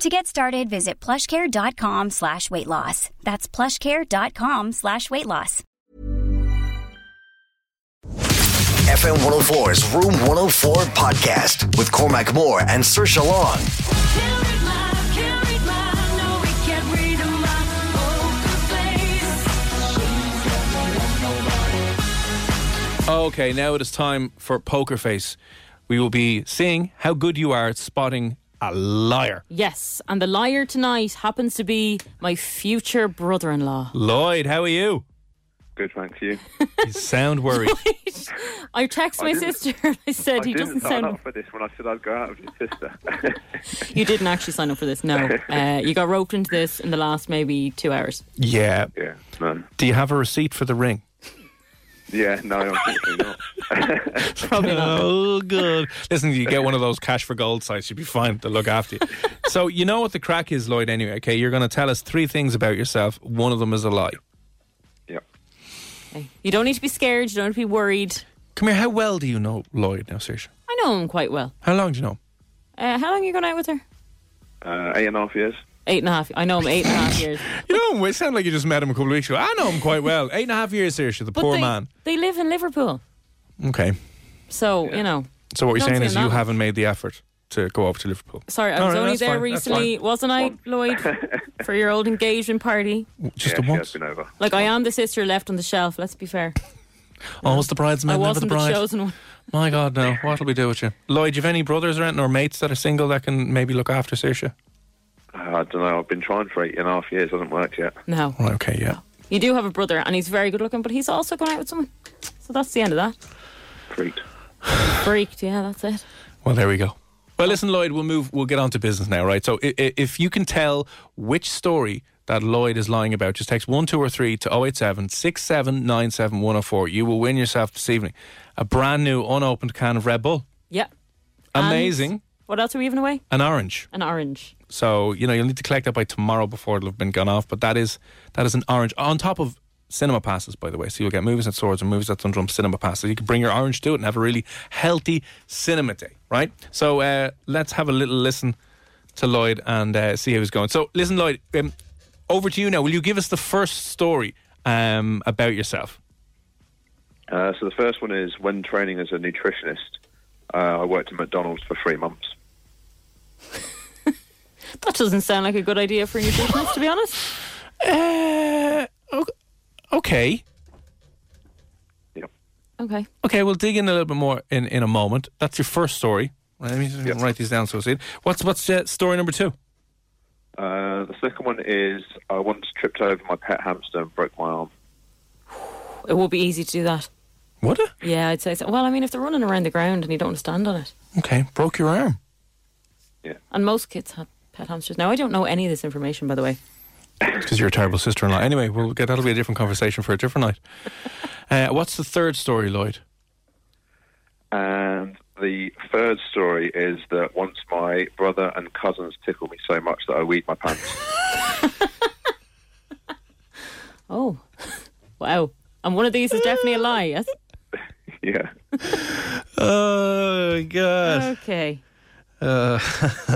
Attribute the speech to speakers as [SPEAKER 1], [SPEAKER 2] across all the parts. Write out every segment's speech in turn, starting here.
[SPEAKER 1] To get started, visit plushcare.com slash weight loss. That's plushcare.com slash weight loss.
[SPEAKER 2] FM 104's Room 104 podcast with Cormac Moore and Sir Long.
[SPEAKER 3] Okay, now it is time for Poker Face. We will be seeing how good you are at spotting a liar.
[SPEAKER 4] Yes, and the liar tonight happens to be my future brother in law.
[SPEAKER 3] Lloyd, how are you?
[SPEAKER 5] Good, thanks you.
[SPEAKER 3] You sound worried.
[SPEAKER 4] I texted my
[SPEAKER 5] didn't-
[SPEAKER 4] sister and I said he
[SPEAKER 5] I didn't
[SPEAKER 4] doesn't
[SPEAKER 5] sign
[SPEAKER 4] sound.
[SPEAKER 5] up for this when I said I'd go out with your sister.
[SPEAKER 4] You didn't actually sign up for this, no. Uh, you got roped into this in the last maybe two hours.
[SPEAKER 3] yeah.
[SPEAKER 5] yeah, no,
[SPEAKER 3] Do you have a receipt for the ring?
[SPEAKER 5] yeah, no, unfortunately not.
[SPEAKER 4] Probably not.
[SPEAKER 3] Oh, good. Listen, you get one of those cash for gold sites, you'd be fine. They'll look after you. so, you know what the crack is, Lloyd, anyway, okay? You're going to tell us three things about yourself. One of them is a lie.
[SPEAKER 5] Yep.
[SPEAKER 4] Okay. You don't need to be scared. You don't need to be worried.
[SPEAKER 3] Come here, how well do you know Lloyd now, Saoirse?
[SPEAKER 4] I know him quite well.
[SPEAKER 3] How long do you know? him?
[SPEAKER 4] Uh, how long you going out with her?
[SPEAKER 5] Uh, eight and a half years.
[SPEAKER 4] Eight and a half. I know him eight and a half years.
[SPEAKER 3] You know him, it sounds like you just met him a couple of weeks ago. I know him quite well. Eight and a half years, Saoirse, the poor
[SPEAKER 4] they,
[SPEAKER 3] man.
[SPEAKER 4] They live in Liverpool,
[SPEAKER 3] Okay.
[SPEAKER 4] so you know.
[SPEAKER 3] So what you're
[SPEAKER 4] Don't
[SPEAKER 3] saying
[SPEAKER 4] say
[SPEAKER 3] is you
[SPEAKER 4] that.
[SPEAKER 3] haven't made the effort to go over to Liverpool.
[SPEAKER 4] Sorry, I
[SPEAKER 3] All
[SPEAKER 4] was
[SPEAKER 3] right,
[SPEAKER 4] only
[SPEAKER 3] that's
[SPEAKER 4] there
[SPEAKER 3] fine, that's
[SPEAKER 4] recently, wasn't I, Lloyd? for your old engagement party.
[SPEAKER 3] fine. Just
[SPEAKER 5] yeah,
[SPEAKER 3] the
[SPEAKER 5] she
[SPEAKER 3] once.
[SPEAKER 5] has been over.
[SPEAKER 4] Like I am the sister left on the shelf. Let's be fair.
[SPEAKER 3] Always Oh, the bridesmaid,
[SPEAKER 4] I
[SPEAKER 3] never the
[SPEAKER 4] wasn't the,
[SPEAKER 3] bride.
[SPEAKER 4] chosen one.
[SPEAKER 3] My God, no. What'll we do with you? Lloyd, you have any brothers or anything or mates that are single that can maybe look after Saoirse?
[SPEAKER 5] I don't know. I've been trying for eight and a half years. Hasn't worked yet.
[SPEAKER 4] No,
[SPEAKER 3] Right, okay, yeah.
[SPEAKER 4] you do have a brother, and he's very good looking, but he's also going out with someone. So that's the end of that.
[SPEAKER 5] Freaked.
[SPEAKER 4] Freaked. Yeah, that's it.
[SPEAKER 3] Well, there we go. Well, listen, Lloyd, we'll move, we'll get on to business now, right? So i- i- if you can tell which story that Lloyd is lying about, just text one, two, or three to 087 6797 104. You will win yourself this evening a brand new unopened can of Red Bull.
[SPEAKER 4] Yeah. And
[SPEAKER 3] Amazing.
[SPEAKER 4] what else are we giving away?
[SPEAKER 3] An orange.
[SPEAKER 4] An orange.
[SPEAKER 3] So you know you'll need to collect that by tomorrow before it'll have been gone off. But that is that is an orange on top of cinema passes, by the way. So you'll get movies at Swords and movies at Thunderdrum cinema passes. you can bring your orange to it and have a really healthy cinema day, right? So uh, let's have a little listen to Lloyd and uh, see how he's going. So listen, Lloyd, um, over to you now. Will you give us the first story um, about yourself?
[SPEAKER 5] Uh, so the first one is when training as a nutritionist, uh, I worked at McDonald's for three months.
[SPEAKER 4] That doesn't sound like a good idea for a nutritionist, to be honest.
[SPEAKER 3] Uh, okay.
[SPEAKER 5] Yep.
[SPEAKER 4] Okay.
[SPEAKER 3] Okay, we'll dig in a little bit more in, in a moment. That's your first story. Let me just write these down so I see it. What's what's uh, story number two?
[SPEAKER 5] Uh, the second one is I once tripped over my pet hamster and broke my arm.
[SPEAKER 4] It will be easy to do that.
[SPEAKER 3] What?
[SPEAKER 4] Yeah, I'd say so. Well, I mean, if they're running around the ground and you don't want to stand on it,
[SPEAKER 3] Okay, broke your arm.
[SPEAKER 4] and most kids have pet hamsters. Now, I don't know any of this information, by the way.
[SPEAKER 3] Because you're a terrible sister-in-law. Anyway, we'll get that'll be a different conversation for a different night. Uh, what's the third story, Lloyd?
[SPEAKER 5] And the third story is that once my brother and cousins tickled me so much that I weed my pants.
[SPEAKER 4] Oh, wow. And one of these is definitely a lie. Yes.
[SPEAKER 5] yeah.
[SPEAKER 3] Oh God!
[SPEAKER 4] Okay.
[SPEAKER 3] Uh.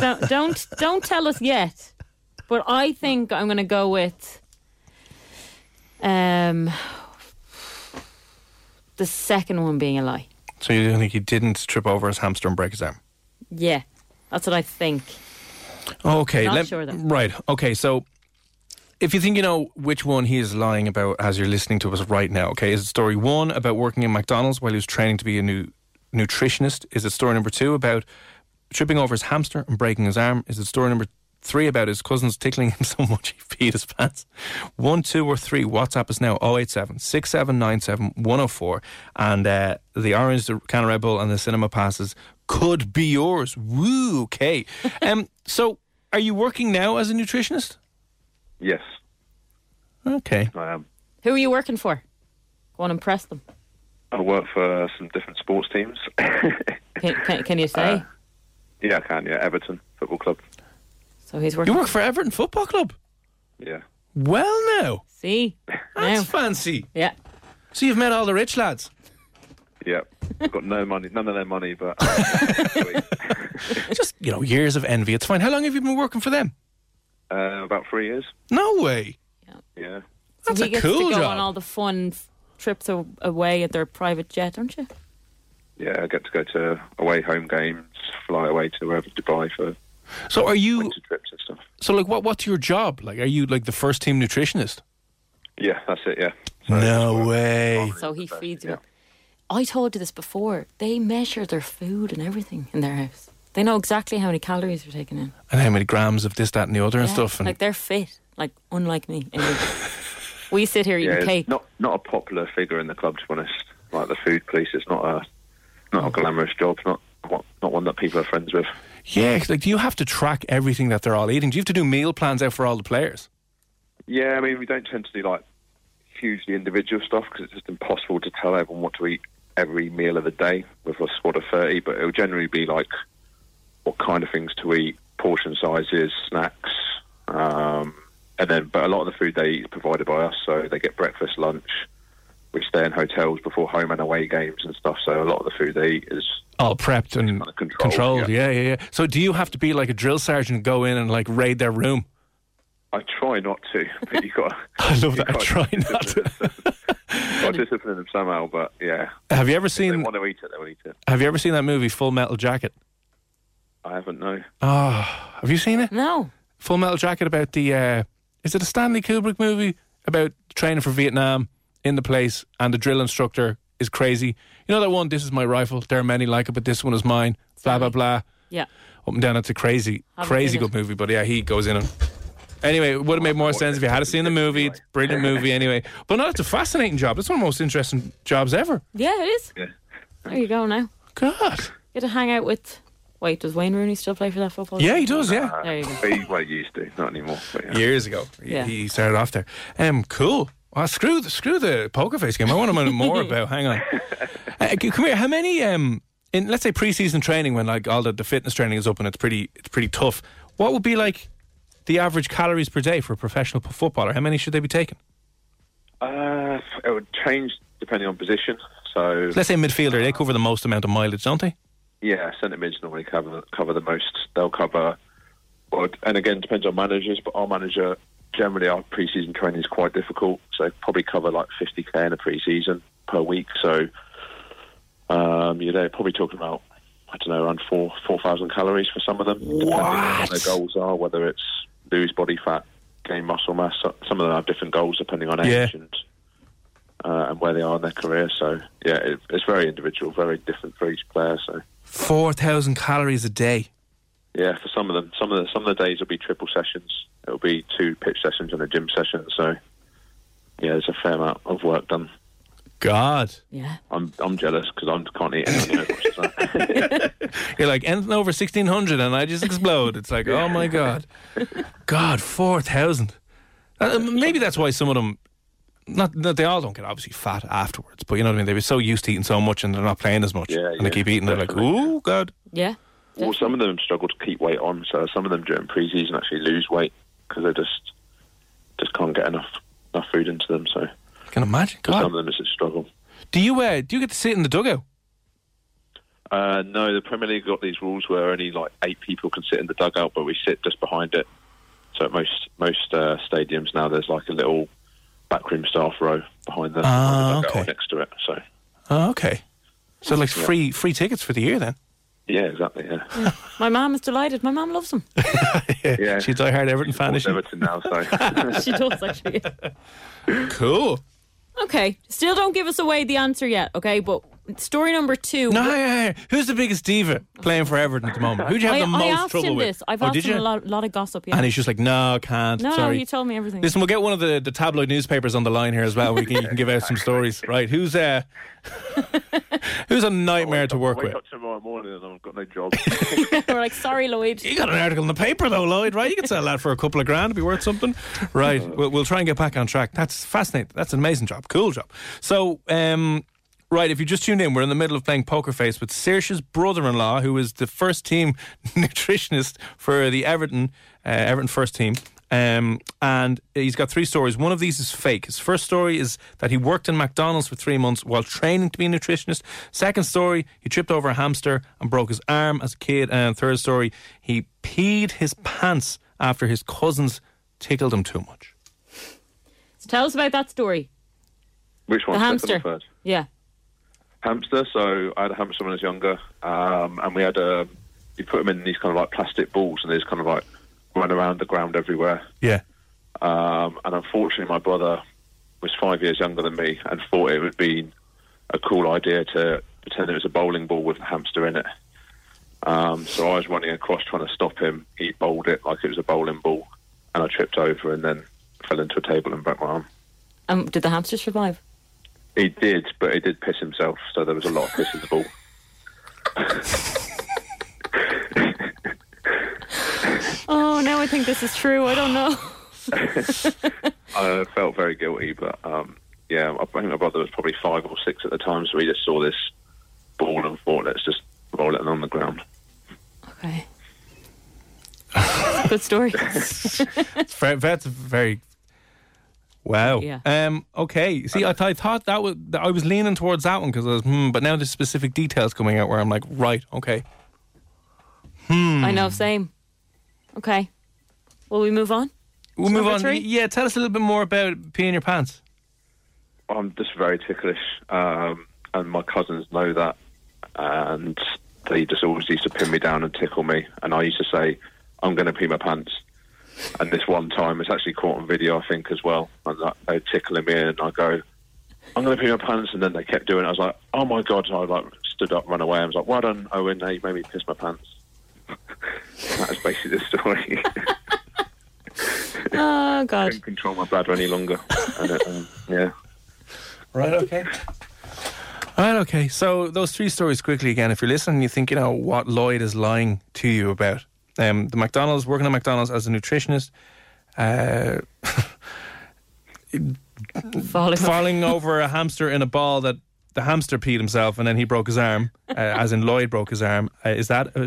[SPEAKER 4] don't, don't don't tell us yet. But I think I'm going to go with um the second one being a lie.
[SPEAKER 3] So you don't think he didn't trip over his hamster and break his arm?
[SPEAKER 4] Yeah, that's what I think.
[SPEAKER 3] Okay,
[SPEAKER 4] Not sure, though.
[SPEAKER 3] right. Okay, so If you think you know which one he is lying about as you're listening to us right now, okay, is it story one about working in McDonald's while he was training to be a new nutritionist? Is it story number two about tripping over his hamster and breaking his arm? Is it story number three about his cousins tickling him so much he peed his pants? One, two, or three. WhatsApp is now 087 6797 104. And uh, the orange, the can of Red Bull, and the cinema passes could be yours. Woo, okay. um, so are you working now as a nutritionist?
[SPEAKER 5] Yes,
[SPEAKER 3] Okay.
[SPEAKER 5] I am.
[SPEAKER 4] Who are you working for? Go on and press them.
[SPEAKER 5] I work for uh, some different sports teams.
[SPEAKER 4] Can, can,
[SPEAKER 3] Uh,
[SPEAKER 4] can you say?
[SPEAKER 5] yeah, I can. Yeah, Everton Football Club.
[SPEAKER 4] so he's working.
[SPEAKER 3] You work for Everton Football Club?
[SPEAKER 5] Yeah.
[SPEAKER 3] Well, now.
[SPEAKER 4] See? Now.
[SPEAKER 3] That's fancy.
[SPEAKER 4] Yeah.
[SPEAKER 3] So you've met all the rich lads.
[SPEAKER 5] Yeah. I've got no money, none of their money, but uh,
[SPEAKER 3] Just, you know, years of envy. It's fine. How long have you been working for them?
[SPEAKER 5] uh, about three years.
[SPEAKER 3] No way.
[SPEAKER 5] Yeah.
[SPEAKER 3] That's
[SPEAKER 4] so
[SPEAKER 3] a
[SPEAKER 4] he gets
[SPEAKER 3] cool
[SPEAKER 4] to go
[SPEAKER 3] job.
[SPEAKER 4] on all the fun f- trips a- away at their private jet, don't you?
[SPEAKER 5] Yeah, I get to go to away home games, fly away to wherever Dubai for
[SPEAKER 3] So are you
[SPEAKER 5] winter trips and stuff.
[SPEAKER 3] so like what what's your job? Like are you like the first team nutritionist?
[SPEAKER 5] Yeah, that's it. Yeah.
[SPEAKER 3] No way.
[SPEAKER 4] So he feeds you.
[SPEAKER 5] yeah.
[SPEAKER 4] I told you this before. They measure their food and everything in their house. They know exactly how many calories you're taking in.
[SPEAKER 3] And how many grams of this, that and the other and
[SPEAKER 4] Yeah,
[SPEAKER 3] stuff and
[SPEAKER 4] like they're fit, like unlike me. Anyway. we sit here
[SPEAKER 5] Yeah,
[SPEAKER 4] eating
[SPEAKER 5] it's
[SPEAKER 4] cake.
[SPEAKER 5] not not a popular figure in the club, to be honest. Like the food police, it's not a not a glamorous job. Not what- not one that people are friends with.
[SPEAKER 3] Yeah, 'cause, like do you have to track everything that they're all eating? Do you have to do meal plans out for all the players?
[SPEAKER 5] Yeah, I mean, we don't tend to do like hugely individual stuff because it's just impossible to tell everyone what to eat every meal of the day with a squad of 30, but it'll generally be like what kind of things to eat, portion sizes, snacks, um, and then, but a lot of the food they eat is provided by us, so they get breakfast, lunch. We stay in hotels before home and away games and stuff, so a lot of the food they eat is
[SPEAKER 3] All prepped and
[SPEAKER 5] Kinda controlled,
[SPEAKER 3] controlled. Yeah. yeah, yeah, So do you have to be like a drill sergeant and go in and like raid their room?
[SPEAKER 5] I try not to, but you got.
[SPEAKER 3] I love that. I try not to.
[SPEAKER 5] Got to discipline them somehow, but yeah,
[SPEAKER 3] Have you ever
[SPEAKER 5] if they
[SPEAKER 3] seen
[SPEAKER 5] want to eat it, they'll eat it.
[SPEAKER 3] Have you ever seen that movie Full Metal Jacket?
[SPEAKER 5] I haven't no.
[SPEAKER 3] Oh, have you seen it?
[SPEAKER 4] No.
[SPEAKER 3] Full Metal Jacket about the uh, is it a Stanley Kubrick movie about training for Vietnam in the place and the drill instructor is crazy. You know that one. This is my rifle. There are many like it, but this one is mine. Blah blah blah.
[SPEAKER 4] Yeah.
[SPEAKER 3] Up and down. It's a crazy,
[SPEAKER 4] Haven't
[SPEAKER 3] crazy
[SPEAKER 4] seen
[SPEAKER 3] good
[SPEAKER 4] it.
[SPEAKER 3] movie. But yeah, he goes in and. Anyway, it would have made more sense if you had seen the movie. It's a brilliant movie anyway. But no, it's a fascinating job. It's one of the most interesting jobs ever.
[SPEAKER 4] Yeah, it is.
[SPEAKER 5] Yeah.
[SPEAKER 4] There you go now.
[SPEAKER 3] God.
[SPEAKER 4] Get to hang out with. Wait, does Wayne Rooney still play for that football?
[SPEAKER 3] Yeah,
[SPEAKER 4] team?
[SPEAKER 3] he does, yeah.
[SPEAKER 4] There you go.
[SPEAKER 5] But he, well, he used to, not anymore. But yeah.
[SPEAKER 3] years ago. He-
[SPEAKER 4] Yeah.
[SPEAKER 3] He, started off there. Um, cool. Well, screw the screw the poker face game. I want to know more about. Hang on, uh, c- come here. How many um in let's say preseason training when like all the, the fitness training is up and it's pretty it's pretty tough. What would be like the average calories per day for a professional p- footballer? How many should they be taking?
[SPEAKER 5] Uh, it would change depending on position. So
[SPEAKER 3] Let's say midfielder. They cover the most amount of mileage, don't they?
[SPEAKER 5] yeah, centre mids normally cover cover the most. They'll cover, well, and again depends on managers. But our manager generally our pre-season training is quite difficult, so probably cover like 50k in a pre-season per week. So um, you're there probably talking about I don't know around four four thousand calories for some of them, depending on what their goals are, whether it's lose body fat, gain muscle mass. So- Some of them have different goals depending on age
[SPEAKER 3] Yeah.
[SPEAKER 5] and. Uh, and where they are in their career, so yeah, it, it's very individual, very different for each player. So
[SPEAKER 3] Four thousand calories a day.
[SPEAKER 5] yeah, for some of them, some of the some of the days will be triple sessions. It'll be two pitch sessions and a gym session. So yeah, there's a fair amount of work done.
[SPEAKER 3] God,
[SPEAKER 4] Yeah.
[SPEAKER 5] I'm I'm jealous because I can't eat anything as much as that.
[SPEAKER 3] you're like anything over sixteen hundred, and I just explode. It's like, oh my god, God, four thousand. Uh, maybe that's why some of them, not, not they all don't get obviously fat afterwards, but you know what I mean. They were so used to eating so much, and they're not playing as much,
[SPEAKER 5] Yeah,
[SPEAKER 3] and
[SPEAKER 5] yeah,
[SPEAKER 3] they keep eating. They're like,
[SPEAKER 5] definitely.
[SPEAKER 3] oh god,
[SPEAKER 4] Yeah.
[SPEAKER 5] Well, some of them struggle to keep weight on. So some of them during preseason actually lose weight because they just just can't get enough enough food into them. So
[SPEAKER 3] I can imagine.
[SPEAKER 5] for some
[SPEAKER 3] God,
[SPEAKER 5] of them it's a struggle.
[SPEAKER 3] do you uh, do you get to sit in the dugout?
[SPEAKER 5] Uh, no, the Premier League got these rules where only like eight people can sit in the dugout, but we sit just behind it. So at most most uh, stadiums now, there's like a little backroom staff row behind the,
[SPEAKER 3] Ah,
[SPEAKER 5] behind the dugout
[SPEAKER 3] okay.
[SPEAKER 5] or next to it. So
[SPEAKER 3] Oh, okay, so like free free tickets for the year then.
[SPEAKER 5] Yeah, exactly. Yeah,
[SPEAKER 4] My mum is delighted. My mum loves him.
[SPEAKER 5] yeah.
[SPEAKER 3] She's a hard Everton fan, is
[SPEAKER 5] Supports
[SPEAKER 3] she?
[SPEAKER 5] Everton now, so
[SPEAKER 4] she does actually.
[SPEAKER 3] Cool.
[SPEAKER 4] Okay, still don't give us away the answer yet. Okay, but story number two.
[SPEAKER 3] No, hey, hey, hey. who's the biggest diva playing for Everton at the moment? Who do you have
[SPEAKER 4] I,
[SPEAKER 3] the most
[SPEAKER 4] I asked
[SPEAKER 3] trouble
[SPEAKER 4] him
[SPEAKER 3] with?
[SPEAKER 4] this. I've
[SPEAKER 3] Oh,
[SPEAKER 4] asked
[SPEAKER 3] did
[SPEAKER 4] him
[SPEAKER 3] you?
[SPEAKER 4] a lot, lot of gossip. Yeah.
[SPEAKER 3] And he's just like, no, can't.
[SPEAKER 4] no,
[SPEAKER 3] sorry.
[SPEAKER 4] no, you told me everything.
[SPEAKER 3] Listen, we'll get one of the, the tabloid newspapers on the line here as well. We can, you can give out some stories, right? Who's uh, who's a nightmare to work
[SPEAKER 5] I wake
[SPEAKER 3] with?
[SPEAKER 5] up tomorrow morning and I've got no job.
[SPEAKER 4] We're like, sorry, Lloyd.
[SPEAKER 3] You got an article in the paper though, Lloyd, right? You could sell that for a couple of grand, it'd be worth something, right? We'll, we'll try and get back on track. That's fascinating. That's an amazing job. Cool job. So, um, right, if you just tuned in, we're in the middle of playing Poker Face with Saoirse's brother-in-law, who is the first team nutritionist for the Everton uh, Everton first team. Um, and he's got three stories. One of these is fake. His first story is that he worked in McDonald's for three months while training to be a nutritionist. Second story, he tripped over a hamster and broke his arm as a kid. And third story, he peed his pants after his cousins tickled him too much.
[SPEAKER 4] So tell us about that story.
[SPEAKER 5] Which
[SPEAKER 4] The
[SPEAKER 5] one?
[SPEAKER 4] hamster.
[SPEAKER 5] Second or third?
[SPEAKER 4] Yeah.
[SPEAKER 5] hamster. So I had a hamster when I was younger, um, and we had a. You put them in these kind of like plastic balls, and they just kind of like run around the ground everywhere.
[SPEAKER 3] Yeah.
[SPEAKER 5] Um, and unfortunately, my brother was five years younger than me, and thought it would be a cool idea to pretend it was a bowling ball with a hamster in it. Um, so I was running across trying to stop him. He bowled it like it was a bowling ball, and I tripped over and then fell into a table and broke my arm.
[SPEAKER 4] Um, did the hamster survive?
[SPEAKER 5] He did, but he did piss himself, so there was a lot of piss in the ball.
[SPEAKER 4] Oh, now I think this is true. I don't know.
[SPEAKER 5] I felt very guilty, but um, yeah, I think my brother was probably five or six at the time, so he just saw this ball and thought, let's just roll it on the ground.
[SPEAKER 4] Okay. Good story.
[SPEAKER 3] It's very, that's very. Wow.
[SPEAKER 4] Yeah.
[SPEAKER 3] Um, okay. See, I, th- I thought that was that I was leaning towards that one because I was, hmm, but now there's specific details coming out where I'm like, right, okay.
[SPEAKER 4] I know,
[SPEAKER 3] Hmm.
[SPEAKER 4] same. Okay. Will we move on?
[SPEAKER 3] We'll move
[SPEAKER 4] Number
[SPEAKER 3] on.
[SPEAKER 4] three?
[SPEAKER 3] Yeah, tell us a little bit more about peeing your pants.
[SPEAKER 5] I'm just very ticklish, um, and my cousins know that, and they just always used to pin me down and tickle me, and I used to say, I'm going to pee my pants. And this one time, it's actually caught on video, I think, as well. And like, they're tickling me, and I go, I'm going to pee my pants. And then they kept doing it. I was like, oh my God. And I like stood up, run away. I was like, well done, Owen. Now you made me piss my pants. that is basically the story.
[SPEAKER 4] Oh, God.
[SPEAKER 5] couldn't control my bladder any longer. And it, um, yeah.
[SPEAKER 3] Right, okay. Right, okay. So those three stories quickly again. If you're listening, and you think you know what Lloyd is lying to you about. Um, the McDonald's working at McDonald's as a nutritionist, uh,
[SPEAKER 4] Falling off.
[SPEAKER 3] falling over a hamster in a ball that the hamster peed himself and then he broke his arm, uh, as in Lloyd broke his arm. Uh, is that uh,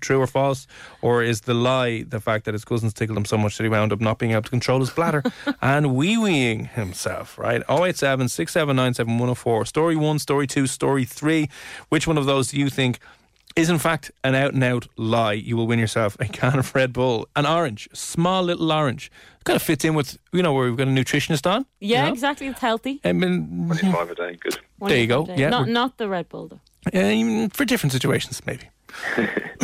[SPEAKER 3] true or false? Or is the lie the fact that his cousins tickled him so much that he wound up not being able to control his bladder and wee weeing himself, right? 087 679 7104. Story one, story two, story three. Which one of those do you think? Is in fact an out and out lie. You will win yourself a can of Red Bull, an orange, small little orange. Kind of fits in with you know where we've got a nutritionist on. you
[SPEAKER 4] Yeah,
[SPEAKER 3] know?
[SPEAKER 4] exactly. It's healthy.
[SPEAKER 3] I mean,
[SPEAKER 5] Five a day, good.
[SPEAKER 4] One
[SPEAKER 3] There you
[SPEAKER 4] different
[SPEAKER 3] go.
[SPEAKER 4] day.
[SPEAKER 3] Yeah,
[SPEAKER 4] Not,
[SPEAKER 3] we're-
[SPEAKER 4] not the Red Bull, though.
[SPEAKER 3] um, for different situations, maybe.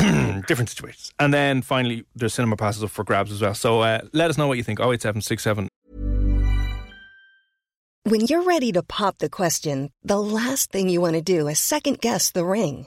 [SPEAKER 3] different situations. And then finally, there's cinema passes up for grabs as well. So uh, let us know what you think. 08767
[SPEAKER 6] When you're ready to pop the question, the last thing you want to do is second guess the ring.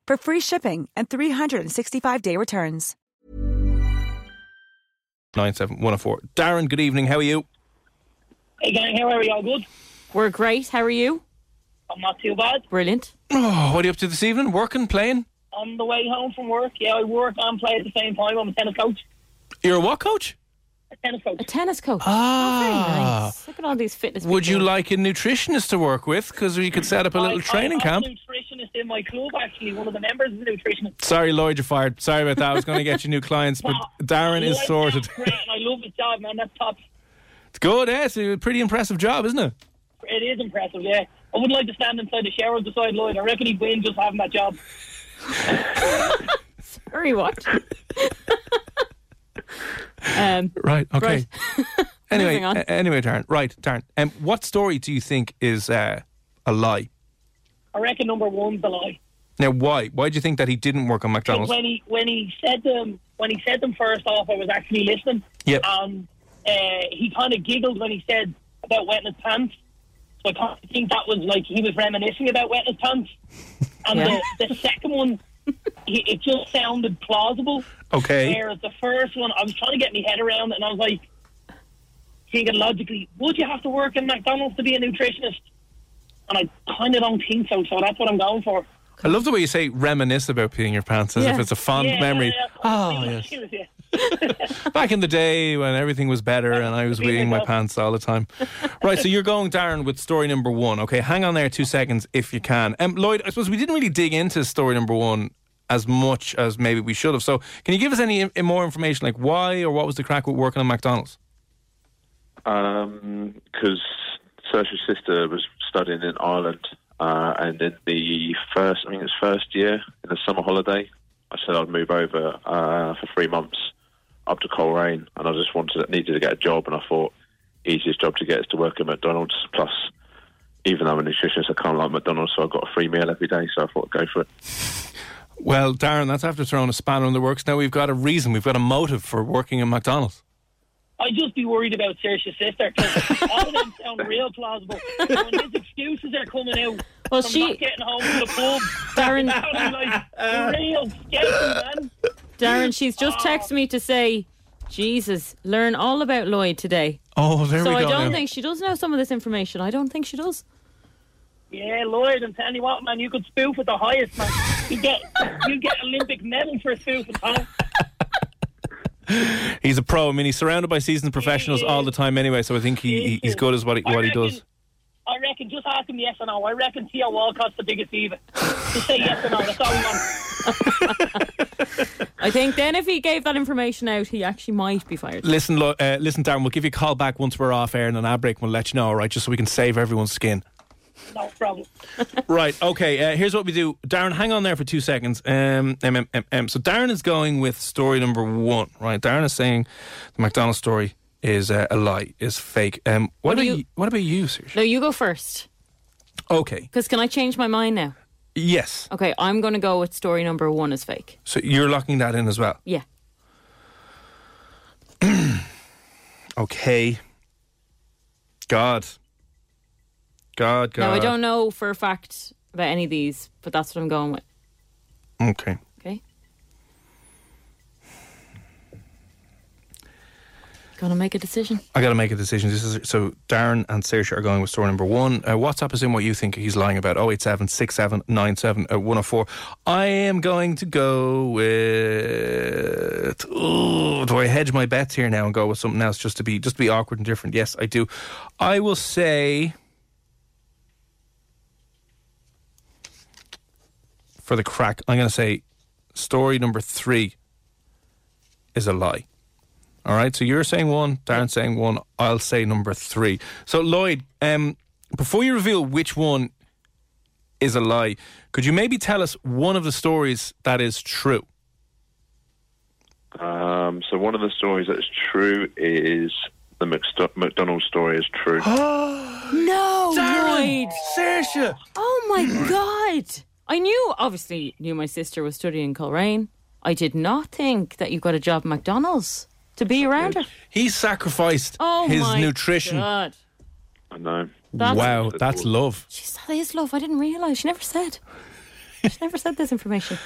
[SPEAKER 7] for free shipping and 365-day returns.
[SPEAKER 3] 97104. Darren, good evening. How are you?
[SPEAKER 8] Hey gang, how are you? All good?
[SPEAKER 4] We're great. How are you?
[SPEAKER 8] I'm not too bad.
[SPEAKER 4] Brilliant.
[SPEAKER 3] Oh, what are you up to this evening? Working, playing?
[SPEAKER 8] On the way home from work, yeah, I work and play at the same time. I'm a tennis coach.
[SPEAKER 3] You're a what coach?
[SPEAKER 8] A tennis coach.
[SPEAKER 4] A tennis coach. Ah. very nice. Look at all these fitness
[SPEAKER 3] Would you
[SPEAKER 4] people.
[SPEAKER 3] like a nutritionist to work with? Because we could set up a little
[SPEAKER 8] I-
[SPEAKER 3] training
[SPEAKER 8] I, I'm
[SPEAKER 3] camp.
[SPEAKER 8] a nutritionist in my club, actually. One of the members is a nutritionist.
[SPEAKER 3] Sorry, Lloyd, you're fired. Sorry about that. I was going to get you new clients, but Darren is
[SPEAKER 8] Life
[SPEAKER 3] sorted.
[SPEAKER 8] sounds Great, and I love his job, man. That's top.
[SPEAKER 3] It's good, yeah. It's a pretty impressive job, isn't it?
[SPEAKER 8] It is impressive, yeah. I wouldn't like to stand inside the shower beside Lloyd. I reckon he'd win just having that job.
[SPEAKER 4] Hurry, what? um,
[SPEAKER 3] Right. Okay.
[SPEAKER 4] Right.
[SPEAKER 3] anyway,
[SPEAKER 4] Moving on.
[SPEAKER 3] a- anyway, Darren. Right, Darren. Um, what story do you think is uh, a lie?
[SPEAKER 8] I reckon number one's the lie.
[SPEAKER 3] Now, why? Why do you think that he didn't work on
[SPEAKER 8] But
[SPEAKER 3] McDonald's?
[SPEAKER 8] when he when he said them when he said them first off, I was actually listening.
[SPEAKER 3] Yep.
[SPEAKER 8] And uh, he kind of giggled when he said about wetting his pants. So I kind of think that was like he was reminiscing about wetting his pants. And
[SPEAKER 4] Yeah.
[SPEAKER 8] the, the second one, he, it just sounded plausible.
[SPEAKER 3] Okay.
[SPEAKER 8] Whereas the first one, I was trying to get my head around, it and I was like thinking logically, would you have to work in McDonald's to be a nutritionist? And I kind of don't think so. So that's what I'm going for.
[SPEAKER 3] I love the way you say reminisce about peeing your pants as if
[SPEAKER 4] Yeah.
[SPEAKER 3] it's a fond
[SPEAKER 8] Yeah,
[SPEAKER 3] memory.
[SPEAKER 8] yeah,
[SPEAKER 3] Oh,
[SPEAKER 8] yeah.
[SPEAKER 3] yes. Back in the day when everything was better and I was weeing my pants all the time. Right, so you're going, Darren, with story number one. Okay, hang on there two seconds if you can. Um, Lloyd, I suppose we didn't really dig into story number one as much as maybe we should have. So can you give us any i- more information, like why or what was the crack with working on McDonald's?
[SPEAKER 5] Because Um, Saoirse's sister was studying in Ireland, uh, and in the first, I think it's first year in the summer holiday, I said I'd move over uh, for three months up to Coleraine, and I just wanted needed to get a job, and I thought easiest job to get is to work at McDonald's. Plus, even though I'm a nutritionist, I can't like McDonald's, so I got a free meal every day. So I thought, go for it.
[SPEAKER 3] Well, Darren, that's after throwing a spanner in the works. Now we've got a reason, we've got a motive for working in McDonald's.
[SPEAKER 8] I'd just be worried about Saoirse's sister 'cause all of them sound real plausible. And when his excuses are coming out
[SPEAKER 4] Well,
[SPEAKER 8] from
[SPEAKER 4] she-
[SPEAKER 8] not getting home from the pub,
[SPEAKER 4] Darren-
[SPEAKER 8] that sounded like real skeleton, man.
[SPEAKER 4] Darren, she's just texted me to say, Jesus, learn all about Lloyd today.
[SPEAKER 3] Oh, there
[SPEAKER 4] so
[SPEAKER 3] we
[SPEAKER 4] I
[SPEAKER 3] go.
[SPEAKER 4] don't
[SPEAKER 3] now.
[SPEAKER 4] think she does know some of this information. I don't think she does.
[SPEAKER 8] Yeah, Lloyd, I'm telling you what, man, you could spoof at the highest, man. You get you get Olympic medal for spoofing, huh?
[SPEAKER 3] He's a pro. I mean, he's surrounded by seasoned professionals all the time anyway, so I think he, he, he's good as what he,
[SPEAKER 8] I
[SPEAKER 3] what he
[SPEAKER 8] reckon-
[SPEAKER 3] does.
[SPEAKER 8] I reckon, just ask him yes or no. I reckon Theo Walcott's the biggest diva. Just say yes or no, that's all we want.
[SPEAKER 4] I think then if he gave that information out, he actually might be fired.
[SPEAKER 3] Listen, lo- uh, listen, Darren, we'll give you a call back once we're off air and an ad break and we'll let you know, all right, just so we can save everyone's skin.
[SPEAKER 8] No problem.
[SPEAKER 3] right, okay, uh, here's what we do. Darren, hang on there for two seconds. Um, um, um, um, um. So Darren is going with story number one, right? Darren is saying the McDonald's story is uh, a lie, is fake. Um, what,
[SPEAKER 4] do
[SPEAKER 3] about you?
[SPEAKER 4] you-
[SPEAKER 3] what about you, sir?
[SPEAKER 4] No, you go first.
[SPEAKER 3] Okay,
[SPEAKER 4] Because can I change my mind now?
[SPEAKER 3] yes.
[SPEAKER 4] Okay, I'm going to go with story number one is fake.
[SPEAKER 3] So you're locking that in as well.
[SPEAKER 4] Yeah.
[SPEAKER 3] Okay. God. God, God.
[SPEAKER 4] Now, I don't know for a fact about any of these, but that's what I'm going with.
[SPEAKER 3] Okay.
[SPEAKER 4] Okay? Gonna make a decision.
[SPEAKER 3] I got to make a decision. This is so Darren and Saoirse are going with story number one. Uh, WhatsApp is in what you think he's lying about. 087 6797 uh, 104. I am going to go with. Ooh, do I hedge my bets here now and go with something else just to be just to be awkward and different? Yes, I do. I will say for the crack. I'm going to say story number three is a lie. All right. So you're saying one, Darren's saying one. I'll say number three. So Lloyd, um, before you reveal which one is a lie, could you maybe tell us one of the stories that is true?
[SPEAKER 5] Um, so one of the stories that's true is the McStu- McDonald's story is true.
[SPEAKER 4] No
[SPEAKER 3] Darren!
[SPEAKER 4] way!
[SPEAKER 3] Saoirse!
[SPEAKER 4] Oh my god! I knew, obviously, knew my sister was studying Coleraine. I did not think that you got a job at McDonald's to be around her.
[SPEAKER 3] He sacrificed
[SPEAKER 4] Oh
[SPEAKER 3] his
[SPEAKER 4] my
[SPEAKER 3] nutrition.
[SPEAKER 4] God.
[SPEAKER 5] I know.
[SPEAKER 4] That's-
[SPEAKER 3] Wow, that's love.
[SPEAKER 4] Jeez, that is love. I didn't realise. She never said. She never said this information.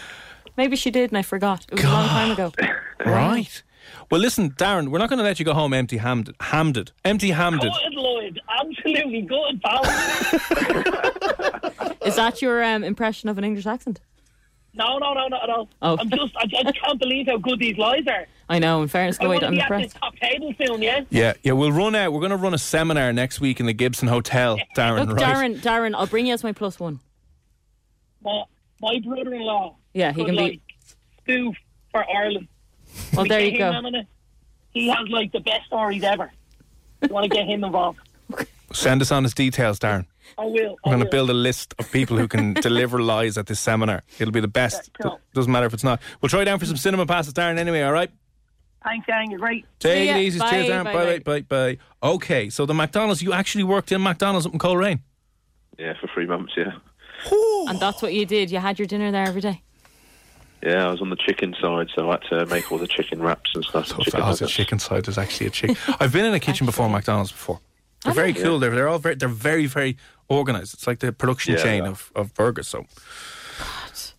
[SPEAKER 4] Maybe she did and I forgot. It was a long time ago.
[SPEAKER 3] Right. Well, listen, Darren, we're not going to let you go home empty handed. Hamded. Empty handed.
[SPEAKER 8] Good, Lloyd. Absolutely good, pal.
[SPEAKER 4] Is that your um, impression of an English accent?
[SPEAKER 8] No, no, no, no, no.
[SPEAKER 4] Oh.
[SPEAKER 8] I'm just, I, I just can't believe how good these lies are.
[SPEAKER 4] I know, in fairness,
[SPEAKER 8] I want
[SPEAKER 4] Lloyd,
[SPEAKER 8] to
[SPEAKER 4] Oh, I'm
[SPEAKER 8] be at this
[SPEAKER 4] impressed.
[SPEAKER 8] top table soon, yeah?
[SPEAKER 3] Yeah, yeah, we'll run out. We're going to run a seminar next week in the Gibson Hotel, Darren,
[SPEAKER 4] Look,
[SPEAKER 3] right?
[SPEAKER 4] Darren, Darren, I'll bring you as my plus one.
[SPEAKER 8] My, my brother-in-law.
[SPEAKER 4] Yeah, he
[SPEAKER 8] could,
[SPEAKER 4] can be-
[SPEAKER 8] like, spoof for Ireland.
[SPEAKER 4] Well,
[SPEAKER 8] We
[SPEAKER 4] there
[SPEAKER 8] get
[SPEAKER 4] you
[SPEAKER 8] him
[SPEAKER 4] go.
[SPEAKER 8] in on it. He has like the best stories ever. You want to get him involved?
[SPEAKER 3] Send us on his details, Darren.
[SPEAKER 8] I will.
[SPEAKER 3] We're
[SPEAKER 8] I
[SPEAKER 3] going
[SPEAKER 8] will.
[SPEAKER 3] to build a list of people who can deliver lies at this seminar. It'll be the best.
[SPEAKER 8] Yeah, cool.
[SPEAKER 3] Doesn't matter if it's not. We'll try down for some cinema passes, Darren, anyway, all right?
[SPEAKER 8] Thanks, Darren. You're great.
[SPEAKER 3] Take
[SPEAKER 4] ya.
[SPEAKER 3] it easy. Cheers,
[SPEAKER 4] Bye,
[SPEAKER 3] Darren.
[SPEAKER 4] bye,
[SPEAKER 3] Bye, bye, bye, bye. Okay, so the McDonald's, you actually worked in McDonald's up in Coleraine.
[SPEAKER 5] Yeah, for three months. Yeah,
[SPEAKER 4] And that's what you did. You had your dinner there every day.
[SPEAKER 5] yeah. I was on the chicken side, so I had to make all the chicken wraps and stuff.
[SPEAKER 3] So if that was a
[SPEAKER 5] nuggets.
[SPEAKER 3] Oh, chicken side, there's actually a chicken. I've been in a kitchen before McDonald's before. They're very cool. They're, they're all very, they're very, very organized. It's like the production
[SPEAKER 5] Yeah.
[SPEAKER 3] chain of, of burgers. So,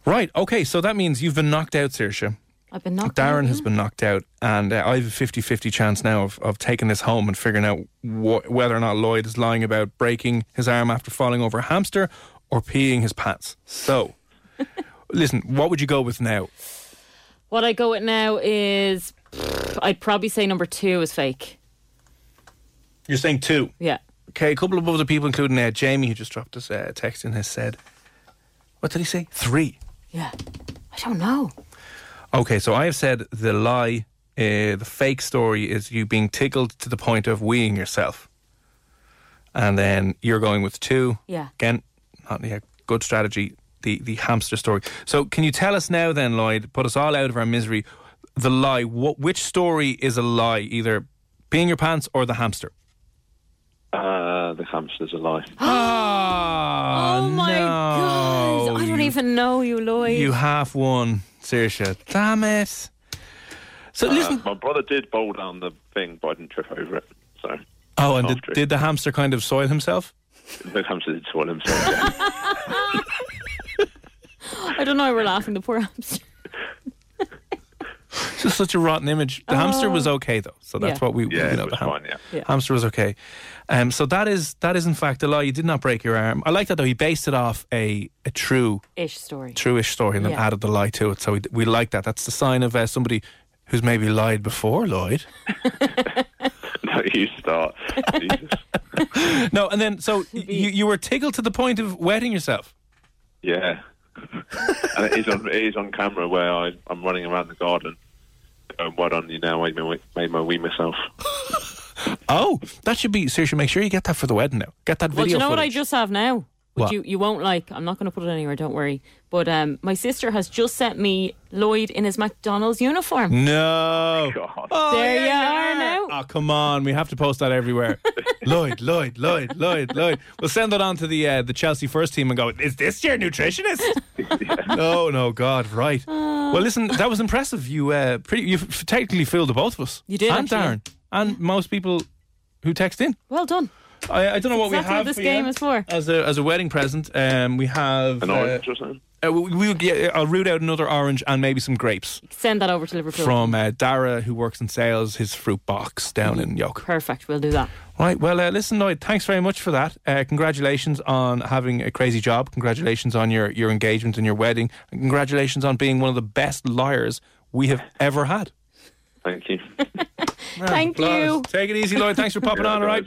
[SPEAKER 3] right, okay. So that means you've been knocked out, Saoirse.
[SPEAKER 4] I've been knocked out.
[SPEAKER 3] Darren has been knocked out, and uh, I have a 50 50 chance now of, of taking this home and figuring out wh- whether or not Lloyd is lying about breaking his arm after falling over a hamster or peeing his pants. So, listen, what would you go with now?
[SPEAKER 4] What I go with now is I'd probably say number two is fake.
[SPEAKER 3] You're saying two.
[SPEAKER 4] Yeah.
[SPEAKER 3] Okay, a couple of other people, including uh, Jamie, who just dropped us uh, a text in, has said, what did he say? Three.
[SPEAKER 4] Yeah. I don't know.
[SPEAKER 3] Okay, so I have said the lie, uh, the fake story is you being tickled to the point of weeing yourself. And then you're going with two.
[SPEAKER 4] Yeah.
[SPEAKER 3] Again, not yeah, good strategy. The the hamster story. So can you tell us now then, Lloyd, put us all out of our misery, the lie. What which story is a lie? Either peeing your pants or the hamster?
[SPEAKER 5] Uh, the hamster's alive.
[SPEAKER 3] Ah,
[SPEAKER 4] oh my
[SPEAKER 3] no,
[SPEAKER 4] god. I don't
[SPEAKER 3] you-
[SPEAKER 4] even know you, Lloyd.
[SPEAKER 3] You half won, Saoirse. Damn it. So listen.
[SPEAKER 5] Uh, my brother did bowl down the thing, but I didn't trip over it. So
[SPEAKER 3] Oh, and
[SPEAKER 5] half
[SPEAKER 3] did,
[SPEAKER 5] true.
[SPEAKER 3] did the hamster kind of soil himself?
[SPEAKER 5] the hamster did swallow himself. yeah.
[SPEAKER 4] I don't know why we're laughing, the poor hamster.
[SPEAKER 3] It's just such a rotten image. The hamster was okay though, so that's
[SPEAKER 4] Oh. Yeah.
[SPEAKER 3] what we
[SPEAKER 5] Yeah,
[SPEAKER 3] you know.
[SPEAKER 5] it
[SPEAKER 3] the
[SPEAKER 5] was
[SPEAKER 3] ham-
[SPEAKER 5] fine, yeah.
[SPEAKER 4] Yeah.
[SPEAKER 3] hamster was okay. Um, so that is that is in fact a lie. You did not break your arm. I like that though. He based it off a a true
[SPEAKER 4] Ish story.
[SPEAKER 3] truish story and then
[SPEAKER 4] Yeah.
[SPEAKER 3] added the lie to it. So we, we like that. That's the sign of uh, somebody who's maybe lied before, Lloyd.
[SPEAKER 5] no, you start. Jesus.
[SPEAKER 3] no, and then so you you were tickled to the point of wetting yourself.
[SPEAKER 5] Yeah. and it is on it is on camera where I, I'm running around the garden. Going, well done, you now made my wee- made my wee myself.
[SPEAKER 3] Oh, that should be seriously. Make sure you get that for the wedding now. Get that video.
[SPEAKER 4] Well, do you know what I
[SPEAKER 3] footage.
[SPEAKER 4] just have now? Which
[SPEAKER 3] What?
[SPEAKER 4] You, you won't like. I'm not going to put it anywhere, don't worry. But um, my sister has just sent me Lloyd in his McDonald's uniform.
[SPEAKER 3] No.
[SPEAKER 5] God.
[SPEAKER 3] Mm. Oh,
[SPEAKER 4] There
[SPEAKER 3] yeah,
[SPEAKER 4] you are now.
[SPEAKER 3] Oh, come on. We have to post that everywhere. Lloyd, Lloyd, Lloyd, Lloyd, Lloyd. We'll send that on to the uh, the Chelsea first team and go, is this your nutritionist? No, no, God, right. Well, listen, that was impressive. You uh, pretty, you f- technically fooled the both of us.
[SPEAKER 4] You did,
[SPEAKER 3] And
[SPEAKER 4] actually.
[SPEAKER 3] Darren. And most people who text in.
[SPEAKER 4] Well done.
[SPEAKER 3] I, I don't know what
[SPEAKER 4] Exactly
[SPEAKER 3] we
[SPEAKER 4] what
[SPEAKER 3] have
[SPEAKER 4] this
[SPEAKER 3] for
[SPEAKER 4] game
[SPEAKER 3] you.
[SPEAKER 4] is for.
[SPEAKER 3] As a, as a wedding present, um, we have.
[SPEAKER 5] An
[SPEAKER 3] uh,
[SPEAKER 5] orange or something.
[SPEAKER 3] uh, we, we, yeah, I'll root out another orange and maybe some grapes
[SPEAKER 4] Send that over to Liverpool.
[SPEAKER 3] from uh, Dara, who works in sales, his fruit box down
[SPEAKER 4] Mm-hmm.
[SPEAKER 3] in Yoke.
[SPEAKER 4] Perfect. We'll do that.
[SPEAKER 3] Right. Well, uh, listen, Lloyd. Thanks very much for that. Uh, congratulations on having a crazy job. Congratulations on your your engagement and your wedding. And congratulations on being one of the best liars we have ever had.
[SPEAKER 5] Thank you.
[SPEAKER 4] Thank you.
[SPEAKER 3] Take it easy, Lloyd. Thanks for popping
[SPEAKER 5] Yeah,
[SPEAKER 3] on. All right.